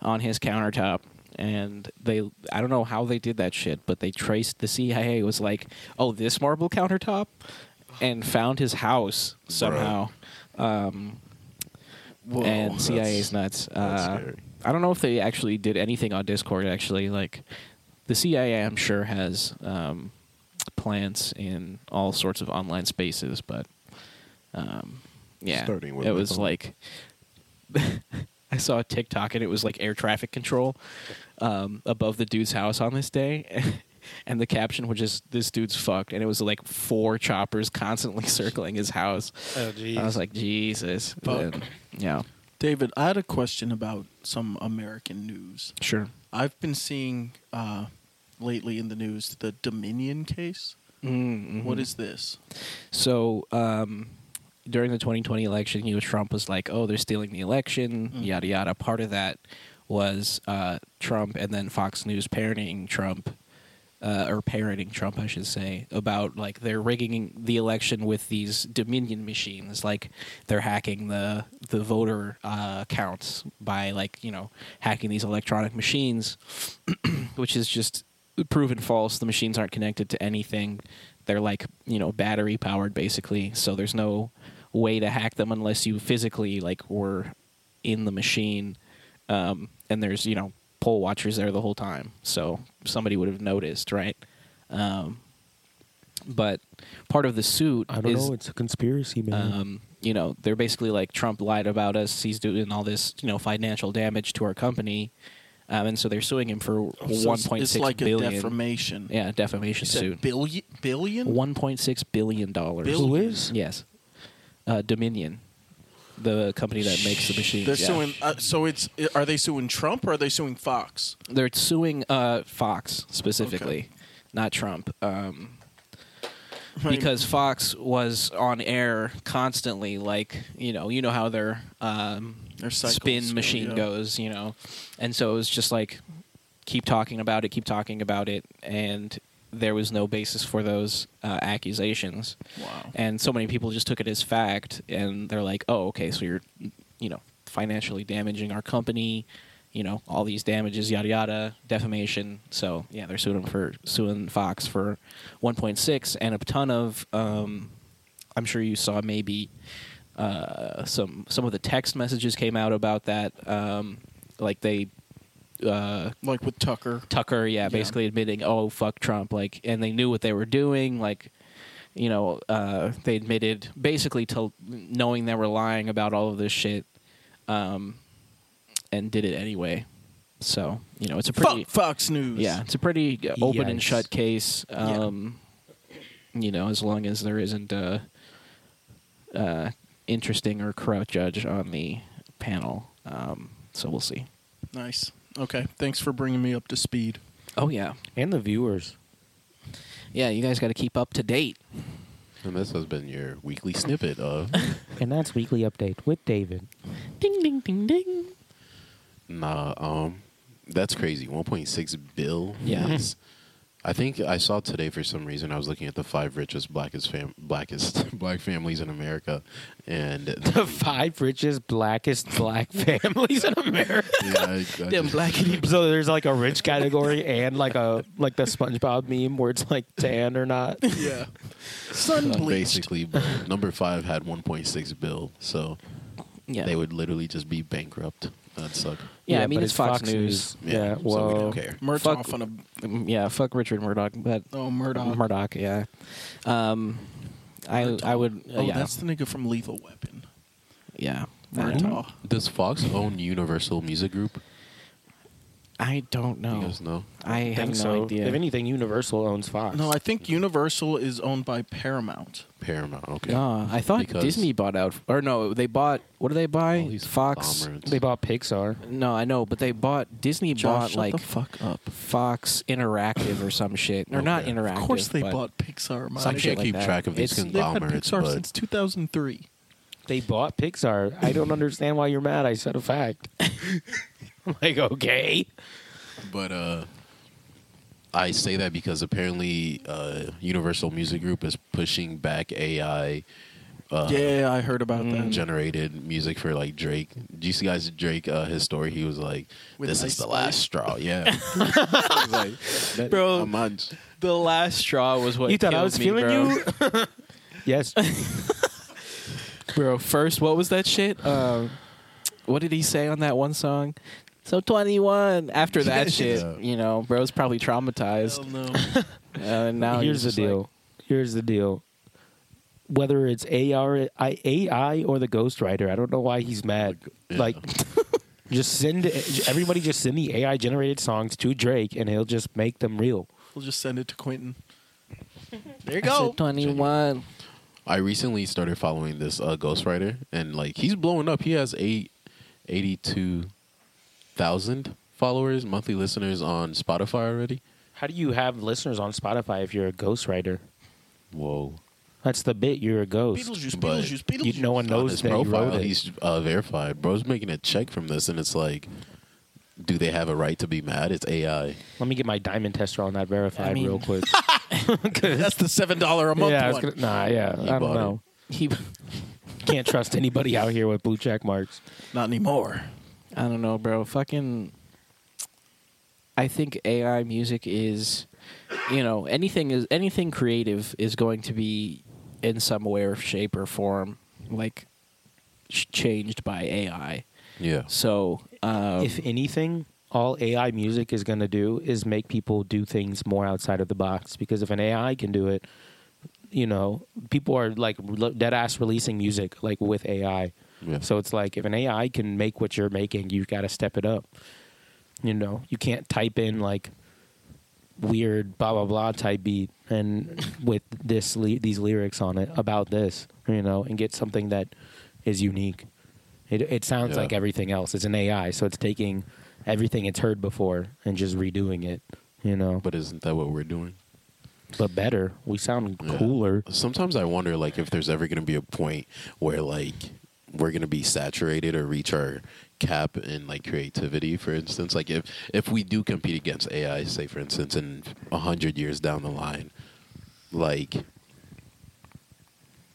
on his countertop. And they, I don't know how they did that shit, but they traced the CIA was like, oh, this marble countertop, and found his house somehow. Um, Whoa. and CIA's nuts. That's Uh, scary. I don't know if they actually did anything on Discord. Actually, like the CIA, I'm sure has um, plants in all sorts of online spaces, but um, yeah, Starting with it their was own. like I saw a TikTok and it was like air traffic control um, above the dude's house on this day. And the caption was just "This dude's fucked," and it was like four choppers constantly circling his house. Oh, I was like, Jesus, Fuck. And- yeah, David, I had a question about some American news. sure. I've been seeing uh, lately in the news the Dominion case. Mm, What mhm. is this? so? Um, during the 2020 election, you know, Trump was like, "Oh, they're stealing the election," Mm. yada yada. Part of that was uh, Trump, and then Fox News parodying Trump, uh, or parodying Trump, I should say, about like they're rigging the election with these Dominion machines, like they're hacking the the voter uh, counts by like you know hacking these electronic machines, which is just proven false. The machines aren't connected to anything. They're like, you know, battery powered basically. So there's no way to hack them unless you physically like were in the machine. Um, and there's, you know, poll watchers there the whole time. So somebody would have noticed, right? Um, but part of the suit I don't is know. It's a conspiracy, man. Mm-hmm. um, you know, they're basically like Trump lied about us. He's doing all this, you know, financial damage to our company, um, and so they're suing him for Oh, So one it's- point It's six like billion. a defamation. yeah, You defamation said suit. billion, billion. One point six billion dollars. Billion? Who is? Yes, uh, Dominion, the company that makes the machines. They're yeah. suing. Uh, so it's are they suing Trump or are they suing Fox? They're suing uh, Fox specifically, not Trump. Um, because Fox was on air constantly. Like you know, you know how they're um, Or cycles spin go, machine yeah. goes, you know. And so it was just like keep talking about it, keep talking about it, and there was no basis for those uh, accusations. Wow. And so many people just took it as fact, and they're like, "Oh, okay, so you're, you know, financially damaging our company." You know all these damages, yada yada, defamation. So yeah, they're suing 'em for suing Fox for 1.6 and a ton of. Um, I'm sure you saw maybe uh, some some of the text messages came out about that. Um, like they, uh, Like with Tucker. Tucker, yeah, basically admitting, oh fuck Trump, like, and they knew what they were doing, like, you know, uh, they admitted basically to knowing they were lying about all of this shit, um, and did it anyway. So you know, it's a pretty Fuck Fox News. yeah, it's a pretty uh, open and Yikes. shut case. Um, You know, as long as there isn't a, uh interesting or corrupt judge on the panel. Um, so we'll see. Nice. Okay. Thanks for bringing me up to speed. Oh yeah, and the viewers. yeah. You guys got to keep up to date. And this has been your weekly snippet of And that's weekly update with David. Ding ding ding ding. Nah, um, that's crazy. 1.6 bill. Yeah. is- I think I saw today for some reason. I was looking at the five richest blackest fam- blackest black families in America, and The five richest, blackest black families in America. yeah, I, I just- So there's like a rich category and like a like the SpongeBob meme where it's like tan or not. Yeah. Sun bleached. basically but number five had 1.6 bill, so Yeah, they would literally just be bankrupt. That'd suck. yeah, I but mean it's Fox, News. Yeah. so we well, don't care. Murdoch on a Mm, Yeah, fuck Richard Murdoch. But oh Murdoch. Murdoch, yeah. Um, I I would uh, oh, yeah that's the nigga from Lethal Weapon. yeah. Murdoch. Does Fox own Universal Music Group? I don't You know. guys know. I have no think so. idea. If anything, Universal owns Fox. No, I think Universal is owned by Paramount. Paramount. Okay. No, I thought Because- Disney bought out, or no, they bought. What did they buy? All these Fox. conglomerates. they bought Pixar. No, I know, but they bought Disney Josh, bought shut like the fuck up. Fox Interactive or some shit, or not Okay. Of interactive. Of course, they but- bought Pixar. My I Some nigga. shit can't like keep that. track of these It's- They've had conglomerates, Pixar but since 2003. They bought Pixar. I don't understand why you're mad. I said a fact. I'm like, okay. But uh, I say that because apparently uh, Universal Music Group is pushing back AI uh, mm, yeah, I heard about that. generated music for like Drake. Do you see guys Drake uh, his story? He was like, With "This Ice is the Spice? last straw." Yeah, I was like, that- Bro. I'm not- The last straw was what you thought I killed was me, feeling bro. you? yes. bro. First, what was that shit? Um, what did he say on that one song? So twenty one. After that shit, Yeah. you know, bro's probably Hell traumatized. no. Uh, and now Here's the he's just deal. like- Here's the deal. Whether it's AR, I- AI or the Ghost Rider, I don't know why he's mad. Yeah. Like, just send everybody. Just send the AI generated songs to Drake, and he'll just make them real. we'll just send it to Quentin. There you I go. said twenty one. I recently started following this uh, ghostwriter, and like he's blowing up. He has eight, 82,000 followers, monthly listeners on Spotify already. How do you have listeners on Spotify if you're a Ghost Rider? Whoa. That's the bit. You're a ghost. Beetlejuice, But- Beetlejuice, Beetlejuice. You, no one on knows his that you profile, wrote it. he's uh, verified. Bro's making a check from this, and it's like, do they have a right to be mad? It's AI. Let me get my diamond tester on that verified I mean- real quick. That's the seven dollar a month yeah, I was one. gonna, nah, yeah, You I don't bought know. He, Can't trust anybody out here with blue check marks. Not anymore. I don't know, bro. Fucking. I think AI music is, you know, anything is anything creative is going to be, in some way or shape or form, like, sh- changed by AI. Yeah. So, um, if anything, all AI music is going to do is make people do things more outside of the box. Because if an AI can do it, you know, people are like dead ass releasing music like with AI. Yeah. So it's like if an AI can make what you're making, you've got to step it up. You know, you can't type in like weird blah blah blah type beat and with this ly- these lyrics on it about this, you know, and get something that is unique. It it sounds Yeah. like everything else. It's an AI, so it's taking everything it's heard before and just redoing it, you know. But But isn't that what we're doing? but better. We sound Yeah. cooler. Sometimes I wonder, like, if there's ever going to be a point where, like, we're gonna be saturated or reach our cap in like creativity. For instance, like if if we do compete against AI, say for instance, in a hundred years down the line, like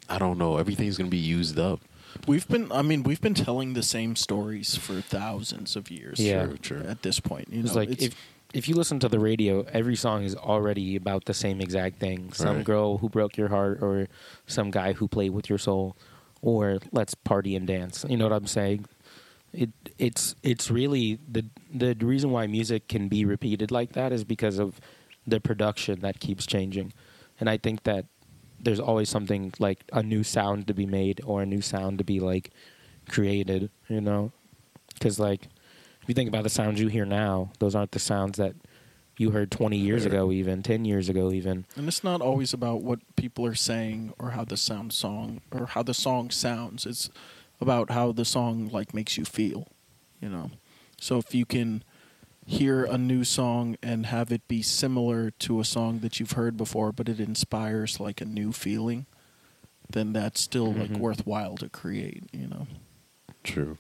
I don't know, everything's gonna be used up. We've been, I mean, we've been telling the same stories for thousands of years. Yeah. True, true. At this point, you It's know, like it's, if if you listen to the radio, every song is already about the same exact thing. Some Right. girl who broke your heart, or some guy who played with your soul, or let's party and dance. You know what I'm saying? It it's it's really the the reason why music can be repeated like that is because of the production that keeps changing, and I think that there's always something like a new sound to be made or a new sound to be like created. You know, because like if you think about the sounds you hear now, those aren't the sounds that you heard 20 years ago, even 10 years ago, even. and it's not always about what people are saying or how the sound song or how the song sounds. It's about how the song like makes you feel, you know. So if you can hear a new song and have it be similar to a song that you've heard before, but it inspires like a new feeling, then that's still like Mhm. worthwhile to create, you know. True.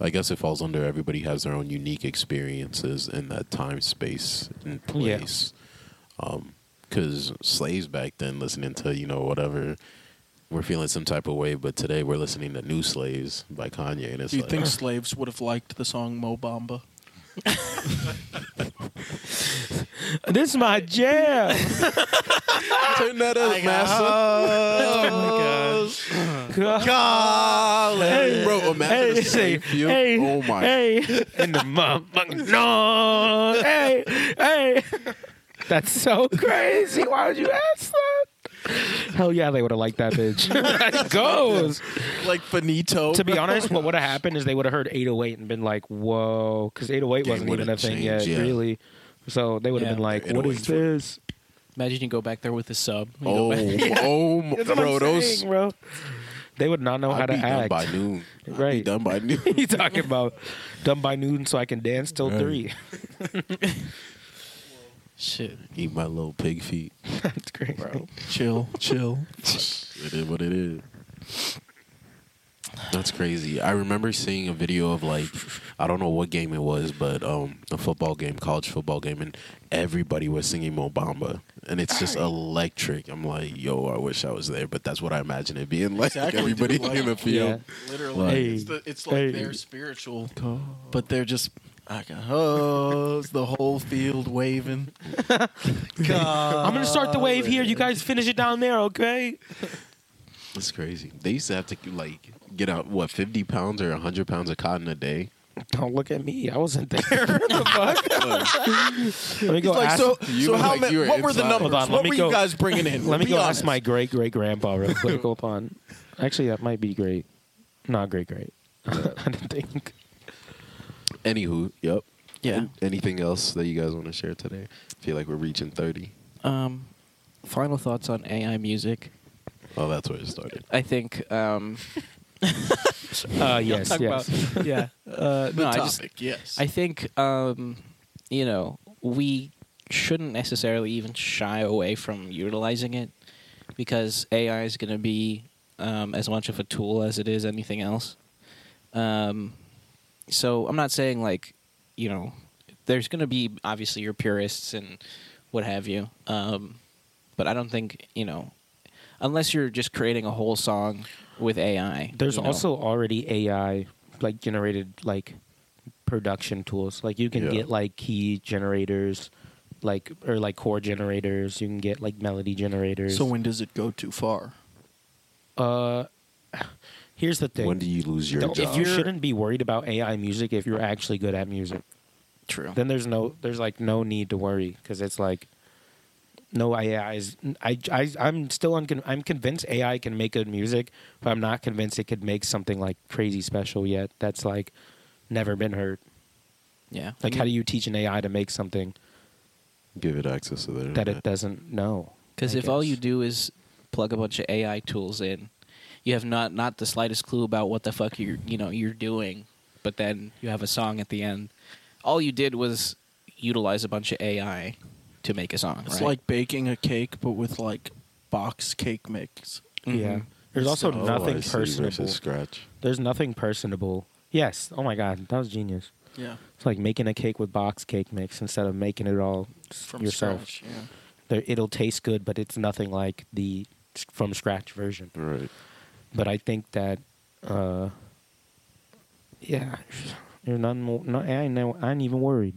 I guess it falls under everybody has their own unique experiences in that time, space, and Yeah. place. Because slaves back then listening to, you know, whatever, we're feeling some type of way, but today we're listening to New Slaves by Kanye. And it's Do you like, think slaves would have liked the song Mo Bamba? This is my jam. turn that up, Oh Hey, bro, imagine a slave you. oh my. Hey, in the motherfucking no. Hey, hey. That's so crazy. Why would you ask that? Hell yeah, they would have liked that bitch. it goes. Like Oh, finito. to be honest, what would have happened is they would have heard 808 and been like, "Whoa," because 808 They wasn't even a would've thing changed, yet, yeah. really. So they would have Yeah. been like, "What is 808s were- this?" Imagine you go back there with a sub. You go Oh, back- oh, my- That's what bro, I'm those. saying, bro. They would not know how I'd to be done act. by noon. I'd be Right. done by noon. you talking about done by noon, so I can dance till Right. three. Shit. Eat my little pig feet. That's crazy. Chill, chill. It is what it is. That's crazy. I remember seeing a video of like I don't know what game it was, but um a football game, college football game, and everybody was singing Mo Bamba. And it's just electric. I'm like, yo, I wish I was there, but that's what I imagine it being like. Exactly, everybody dude, like- in the Yeah. field. Literally, Like- it's, the, it's like Hey. they're spiritual, but they're just I got hose, the whole field waving. I'm gonna start the wave here. You guys finish it down there, okay? That's crazy. They used to have to like get out what, fifty pounds or hundred pounds of cotton a day. Don't look at me. I wasn't there. What the fuck? Let me go ask. You look like you were inside. Hold on, let me go- bringing in? Let me Be go honest. ask my great great grandpa real quick. Hold on. Actually, that might be great. Not great, great. I didn't think. Anywho, yep. Yeah. Anything else that you guys want to share today? feel like we're reaching thirty. Um, final thoughts on AI music. Oh, that's where it started. I think. Um, Uh, yes, yes. About, yeah. Uh, no, I just topic. Yes, I think um, you know we shouldn't necessarily even shy away from utilizing it because AI is going to be um, as much of a tool as it is anything else. Um, so I'm not saying like you know there's going to be obviously your purists and what have you, um, but I don't think you know unless you're just creating a whole song with AI. There's you know. also already AI like generated like production tools. Like you can Yeah. get like key generators, like or like chord generators. You can get like melody generators. so when does it go too far? uh, here's the thing. When do you lose your Don't- job? if you shouldn't be worried about AI music if you're actually good at music. true. then there's no there's like no need to worry because it's like no AI is I I I'm still uncon- I'm convinced AI can make good music, but I'm not convinced it could make something like crazy special yet. That's like never been heard. Yeah. Mm-hmm. Like how do you teach an AI to make something Give it access to their that it doesn't know? Because I if all guess. you do is plug a bunch of AI tools in, you have not not the slightest clue about what the fuck you are you know you're doing. But then you have a song at the end. All you did was utilize a bunch of AI to make a song. It's right? like baking a cake, but with like box cake mix. Mhm. yeah, There's also Oh, I nothing see versus personable. Scratch. There's nothing personable. Yes. Oh my god, that was genius. Yeah. It's like making a cake with box cake mix instead of making it all s- From yourself. scratch. Yeah. There, it'll taste good, but it's nothing like the s- from scratch version. Right. But I think that, uh, yeah, there's nothing. More, no, I ain't, no- I ain't even worried.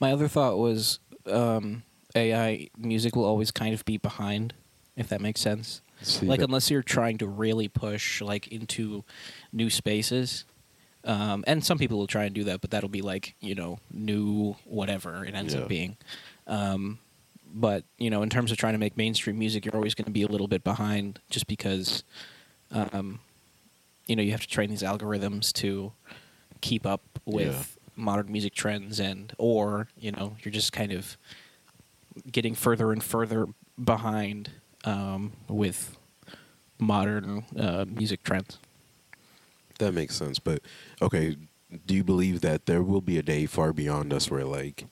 My other thought was um, AI music will always kind of be behind, if that makes sense. See, Like that- unless you're trying to really push like into new spaces, um, and some people will try and do that, but that'll be like you know new whatever it ends Yeah. up being. Um, but you know, in terms of trying to make mainstream music, you're always going to be a little bit behind, just because, um, you know, you have to train these algorithms to keep up with modern music trends, and or you know, you're just kind of getting further and further behind um, with modern uh, music trends. that makes sense. But okay, do you believe that there will be a day far beyond us where like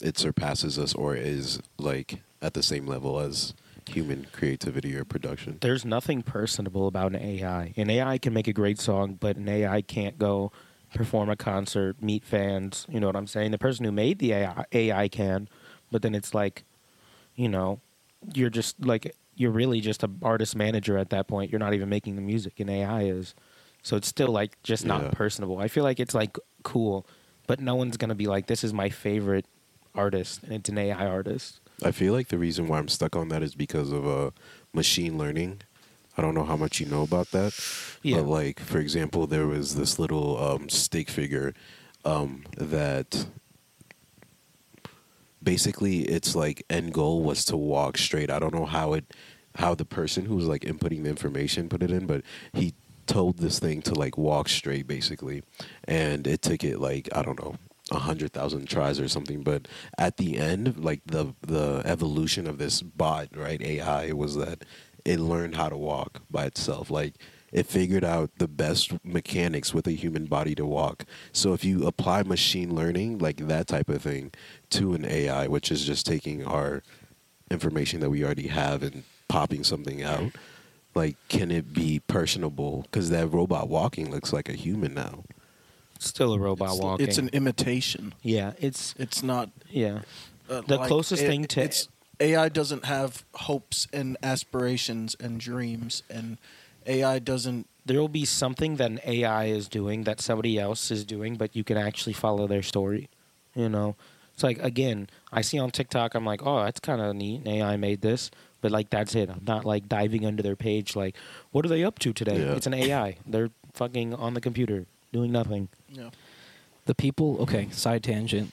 it surpasses us or is like at the same level as human creativity or production? There's nothing personable about an AI. An AI can make a great song, but an AI can't go perform a concert, meet fans. You know what I'm saying? The person who made the AI, AI can, but then it's like, you know, you're just like you're really just a artist manager at that point. You're not even making the music, and AI is. So it's still like just not Yeah. personable. I feel like it's like cool, but no one's gonna be like, this is my favorite artist, and it's an AI artist. I feel like the reason why I'm stuck on that is because of uh, machine learning. I don't know how much you know about that. Yeah. But like, for example, there was this little um, stick figure um, that basically its like end goal was to walk straight. I don't know how it, how the person who was like inputting the information put it in, but he told this thing to like walk straight basically, and it took it like I don't know a hundred thousand tries or something. But at the end, like the the evolution of this bot, right AI, was that it learned how to walk by itself, like it figured out the best mechanics with a human body to walk. So if you apply machine learning, like that type of thing, to an AI, which is just taking our information that we already have and popping something out, like can it be personable? Because that robot walking looks like a human now. Still a robot It's- walking. It's an imitation. yeah, it's It's not yeah. uh, The closest thing to- it's AI doesn't have hopes and aspirations and dreams, and AI doesn't. there will be something that an AI is doing that somebody else is doing, but you can actually follow their story. You know, it's like again, I see on TikTok, I'm like, oh, that's kind of neat. An AI made this, but like that's it. I'm not like diving under their page. Like, what are they up to today? Yeah. It's an AI. They're fucking on the computer doing nothing. Yeah. The people, okay, side tangent.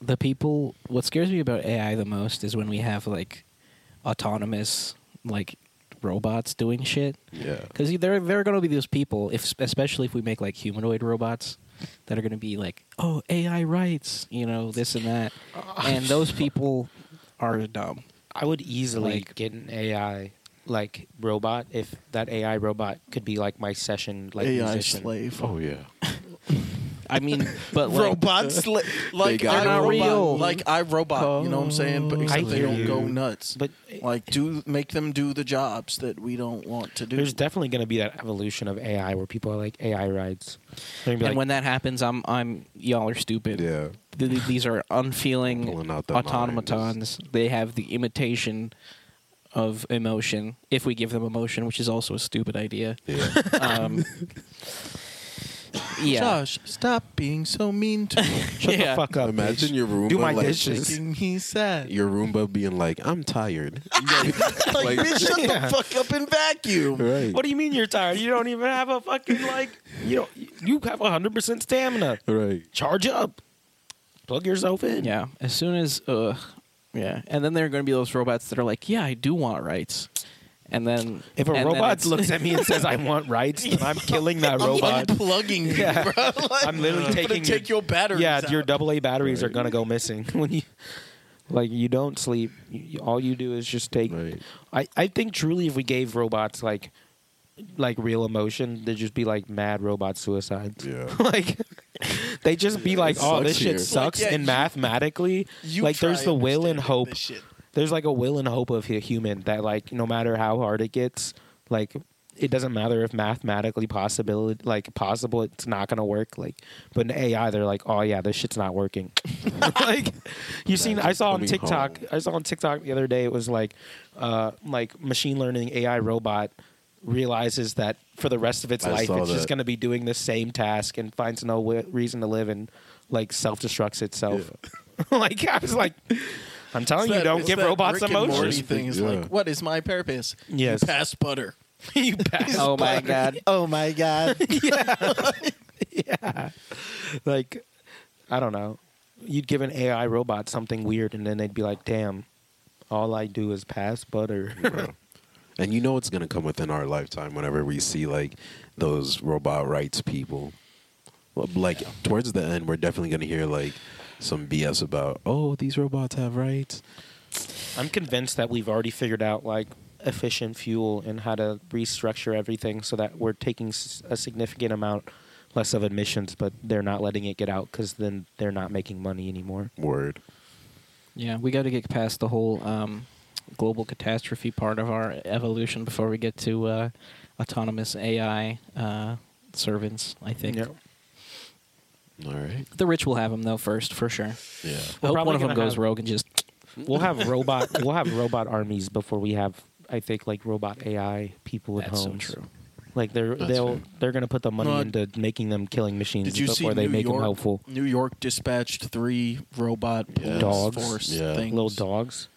The people, what scares me about AI the most is when we have like autonomous, like robots doing shit. Yeah. Because there, there are going to be those people, if especially if we make like humanoid robots that are going to be like, oh, AI rights, you know, this and that. And those people are dumb. I would easily Like- get an AI like robot if that AI robot could be like my session like AI musician. slave. Oh yeah. I mean, but like, robot slave. Like got I a robot. real- Like I robot. You know what I'm saying? But except they hear don't go you. nuts. But like do make them do the jobs that we don't want to do. There's definitely going to be that evolution of AI where people are like AI rides. They're gonna be and like, when that happens, I'm, I'm, y'all are stupid. Yeah. Th- th- these are unfeeling Pulling out the automatons. They have the imitation of emotion. If we give them emotion, which is also a stupid idea. Yeah. Um, yeah. Josh, stop being so mean to me. shut yeah. the fuck up. Imagine bitch. your Roomba Do my like, dishes. Making me sad. your Roomba being like, "I'm tired." like, Like- bitch, shut Yeah. the fuck up and vacuum. right. What do you mean you're tired? You don't even have a fucking like. You know, you have 100 percent stamina. Right. Charge up. Plug yourself in. Yeah. As soon as, uh, yeah. And then there are going to be those robots that are like, yeah, I do want rights. And then If a and then robot it's- looks at me and says I want rights, then I'm killing that robot. Unplugging you, Yeah. bro. Like, I'm literally gonna taking take your batteries. yeah, out. your double A batteries are gonna go missing when you like you don't sleep. You, you- all you do is just take. Right. I I think truly, if we gave robots like like real emotion, they'd just be like mad robot suicides. Yeah. like they just be like, it oh, this sucks here." shit sucks, Like, yeah, and you- mathematically, You like there's try the will and understanding hope. this shit. There's like a will and hope of a human that like no matter how hard it gets, Like it doesn't matter if mathematically possibility like possible it's not going to work like but in AI they're like oh yeah this shit's not working. like you seen I saw on coming TikTok home. I saw on TikTok the other day it was like uh like machine learning AI robot realizes that for the rest of its I life saw it's just that. going to be doing the same task and finds no wi- reason to live and like self-destructs itself. like I was like I'm telling Oh, you, That- don't it's give that robots Rick and emotions. Morty thing is Yeah. like, what is my purpose? Yes. You pass butter. you pass. Oh my god. Oh my god. Like, I don't know. You'd give an AI robot something weird, and then they'd be like, "Damn, all I do is pass butter." bro. and you know it's gonna come within our lifetime whenever we see like those robot rights people. Well, Like towards the end, we're definitely gonna hear like some BS about oh these robots have rights. I'm convinced that we've already figured out like efficient fuel and how to restructure everything so that we're taking s- a significant amount less of emissions, but they're not letting it get out because then they're not making money anymore. Word. Yeah, we got to get past the whole um, global catastrophe part of our evolution before we get to uh, autonomous AI uh, servants. I think Yeah. All right. the rich will have them though first for sure. We're Yeah. I hope probably one of them gonna goes have- rogue and just We'll have robot. we'll have robot armies before we have. I think like robot AI people at That's so homes. true. Like they're That's they'll fair. they're gonna put the money No, I- into making them killing machines Did you see before they New make York? them helpful. New York dispatched three robot police Dogs. force Yeah. things. Little dogs.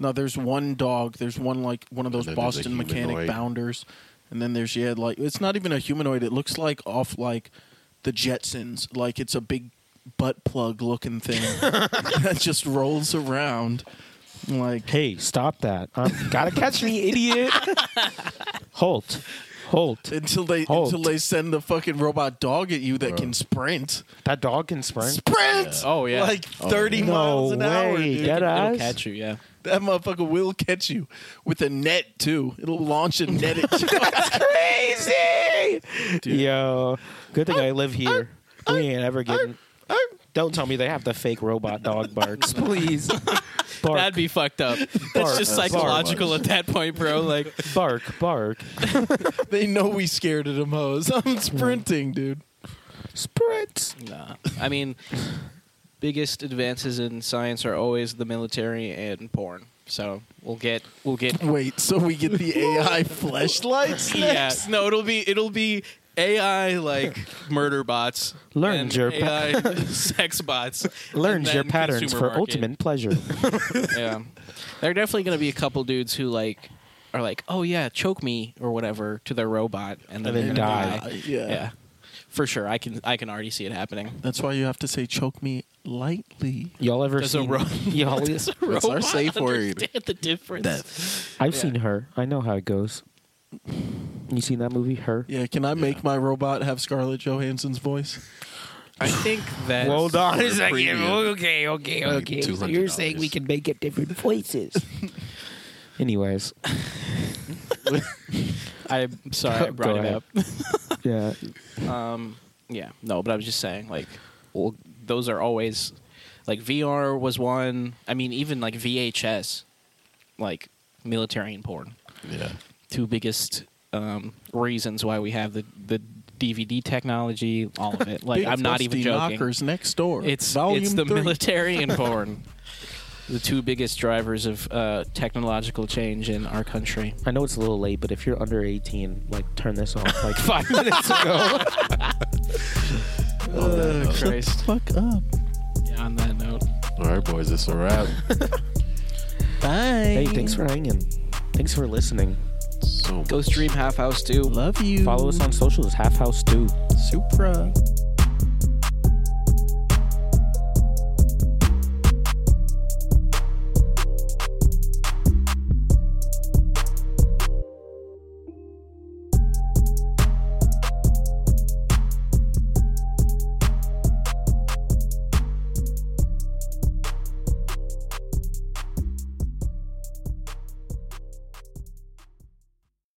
No, there's one dog. There's one like one of those then there's a Boston mechanic humanoid. bounders, and then there's yeah, like it's not even a humanoid. It looks like off like the Jetsons. Like it's a big butt plug looking thing that just rolls around. Like Hey, stop that! Um, gotta catch me, idiot! Halt, halt! until they Halt. until they send the fucking robot dog at you that can sprint. That dog can sprint. Sprint. Oh, yeah. Like Oh, thirty yeah. miles No an hour. way. Dude. Get it'll us. catch you. Yeah, That motherfucker will catch you with a net too. It'll launch a net at you. Crazy. Dude. Yo, good thing I live here. we ain't ever getting. don't tell me they have the fake robot dog barks, please. Bark, that'd be fucked up. That's Bark, just bark. psychological at that point, bro. Like bark, bark. They know we scared of them hoes. I'm sprinting, dude. Sprint. Nah. I mean, biggest advances in science are always the military and porn. So we'll get we'll get Wait, so we get the AI fleshlights? yeah. No, it'll be it'll be AI like murder bots. Learn and your pa- AI sex bots. Learns and your then patterns consumer for market. ultimate pleasure. Yeah. There are definitely gonna be a couple dudes who like are like, oh yeah, choke me or whatever to their robot and then, And then they're die. gonna Uh, Yeah. yeah. For sure. I can I can already see it happening. That's why you have to say choke me lightly. Y'all ever Does a seen? ro- y'all, That's our safe word. Understand the difference. I've Yeah. seen her. I know how it goes. You seen that movie, Her? Yeah, can I make my robot have Scarlett Johansson's voice? I think that Hold on a Or second. premium. Okay, okay, Like okay. So $200. you're saying we can make it different voices. Anyways, I'm sorry I Go brought it ahead. up. yeah. Um, yeah, no, but I was just saying, like, well, those are always like VR was one. I mean, even like VHS, like military and porn, Yeah. two biggest um, reasons why we have the the DVD technology, all of it. Like, Big I'm not even Dusty joking. Knockers next door. It's volume it's the three. military and porn, the two biggest drivers of uh, technological change in our country. I know it's a little late, but if you're under 18, like turn this off like five minutes ago. Oh, On that note. Christ. Fuck up. Yeah, on that note. All right, boys. It's a wrap. Bye. hey, thanks for hanging. Thanks for listening. So Go stream Half House 2. Love you. Follow us on socials, Half House Stew. Supra.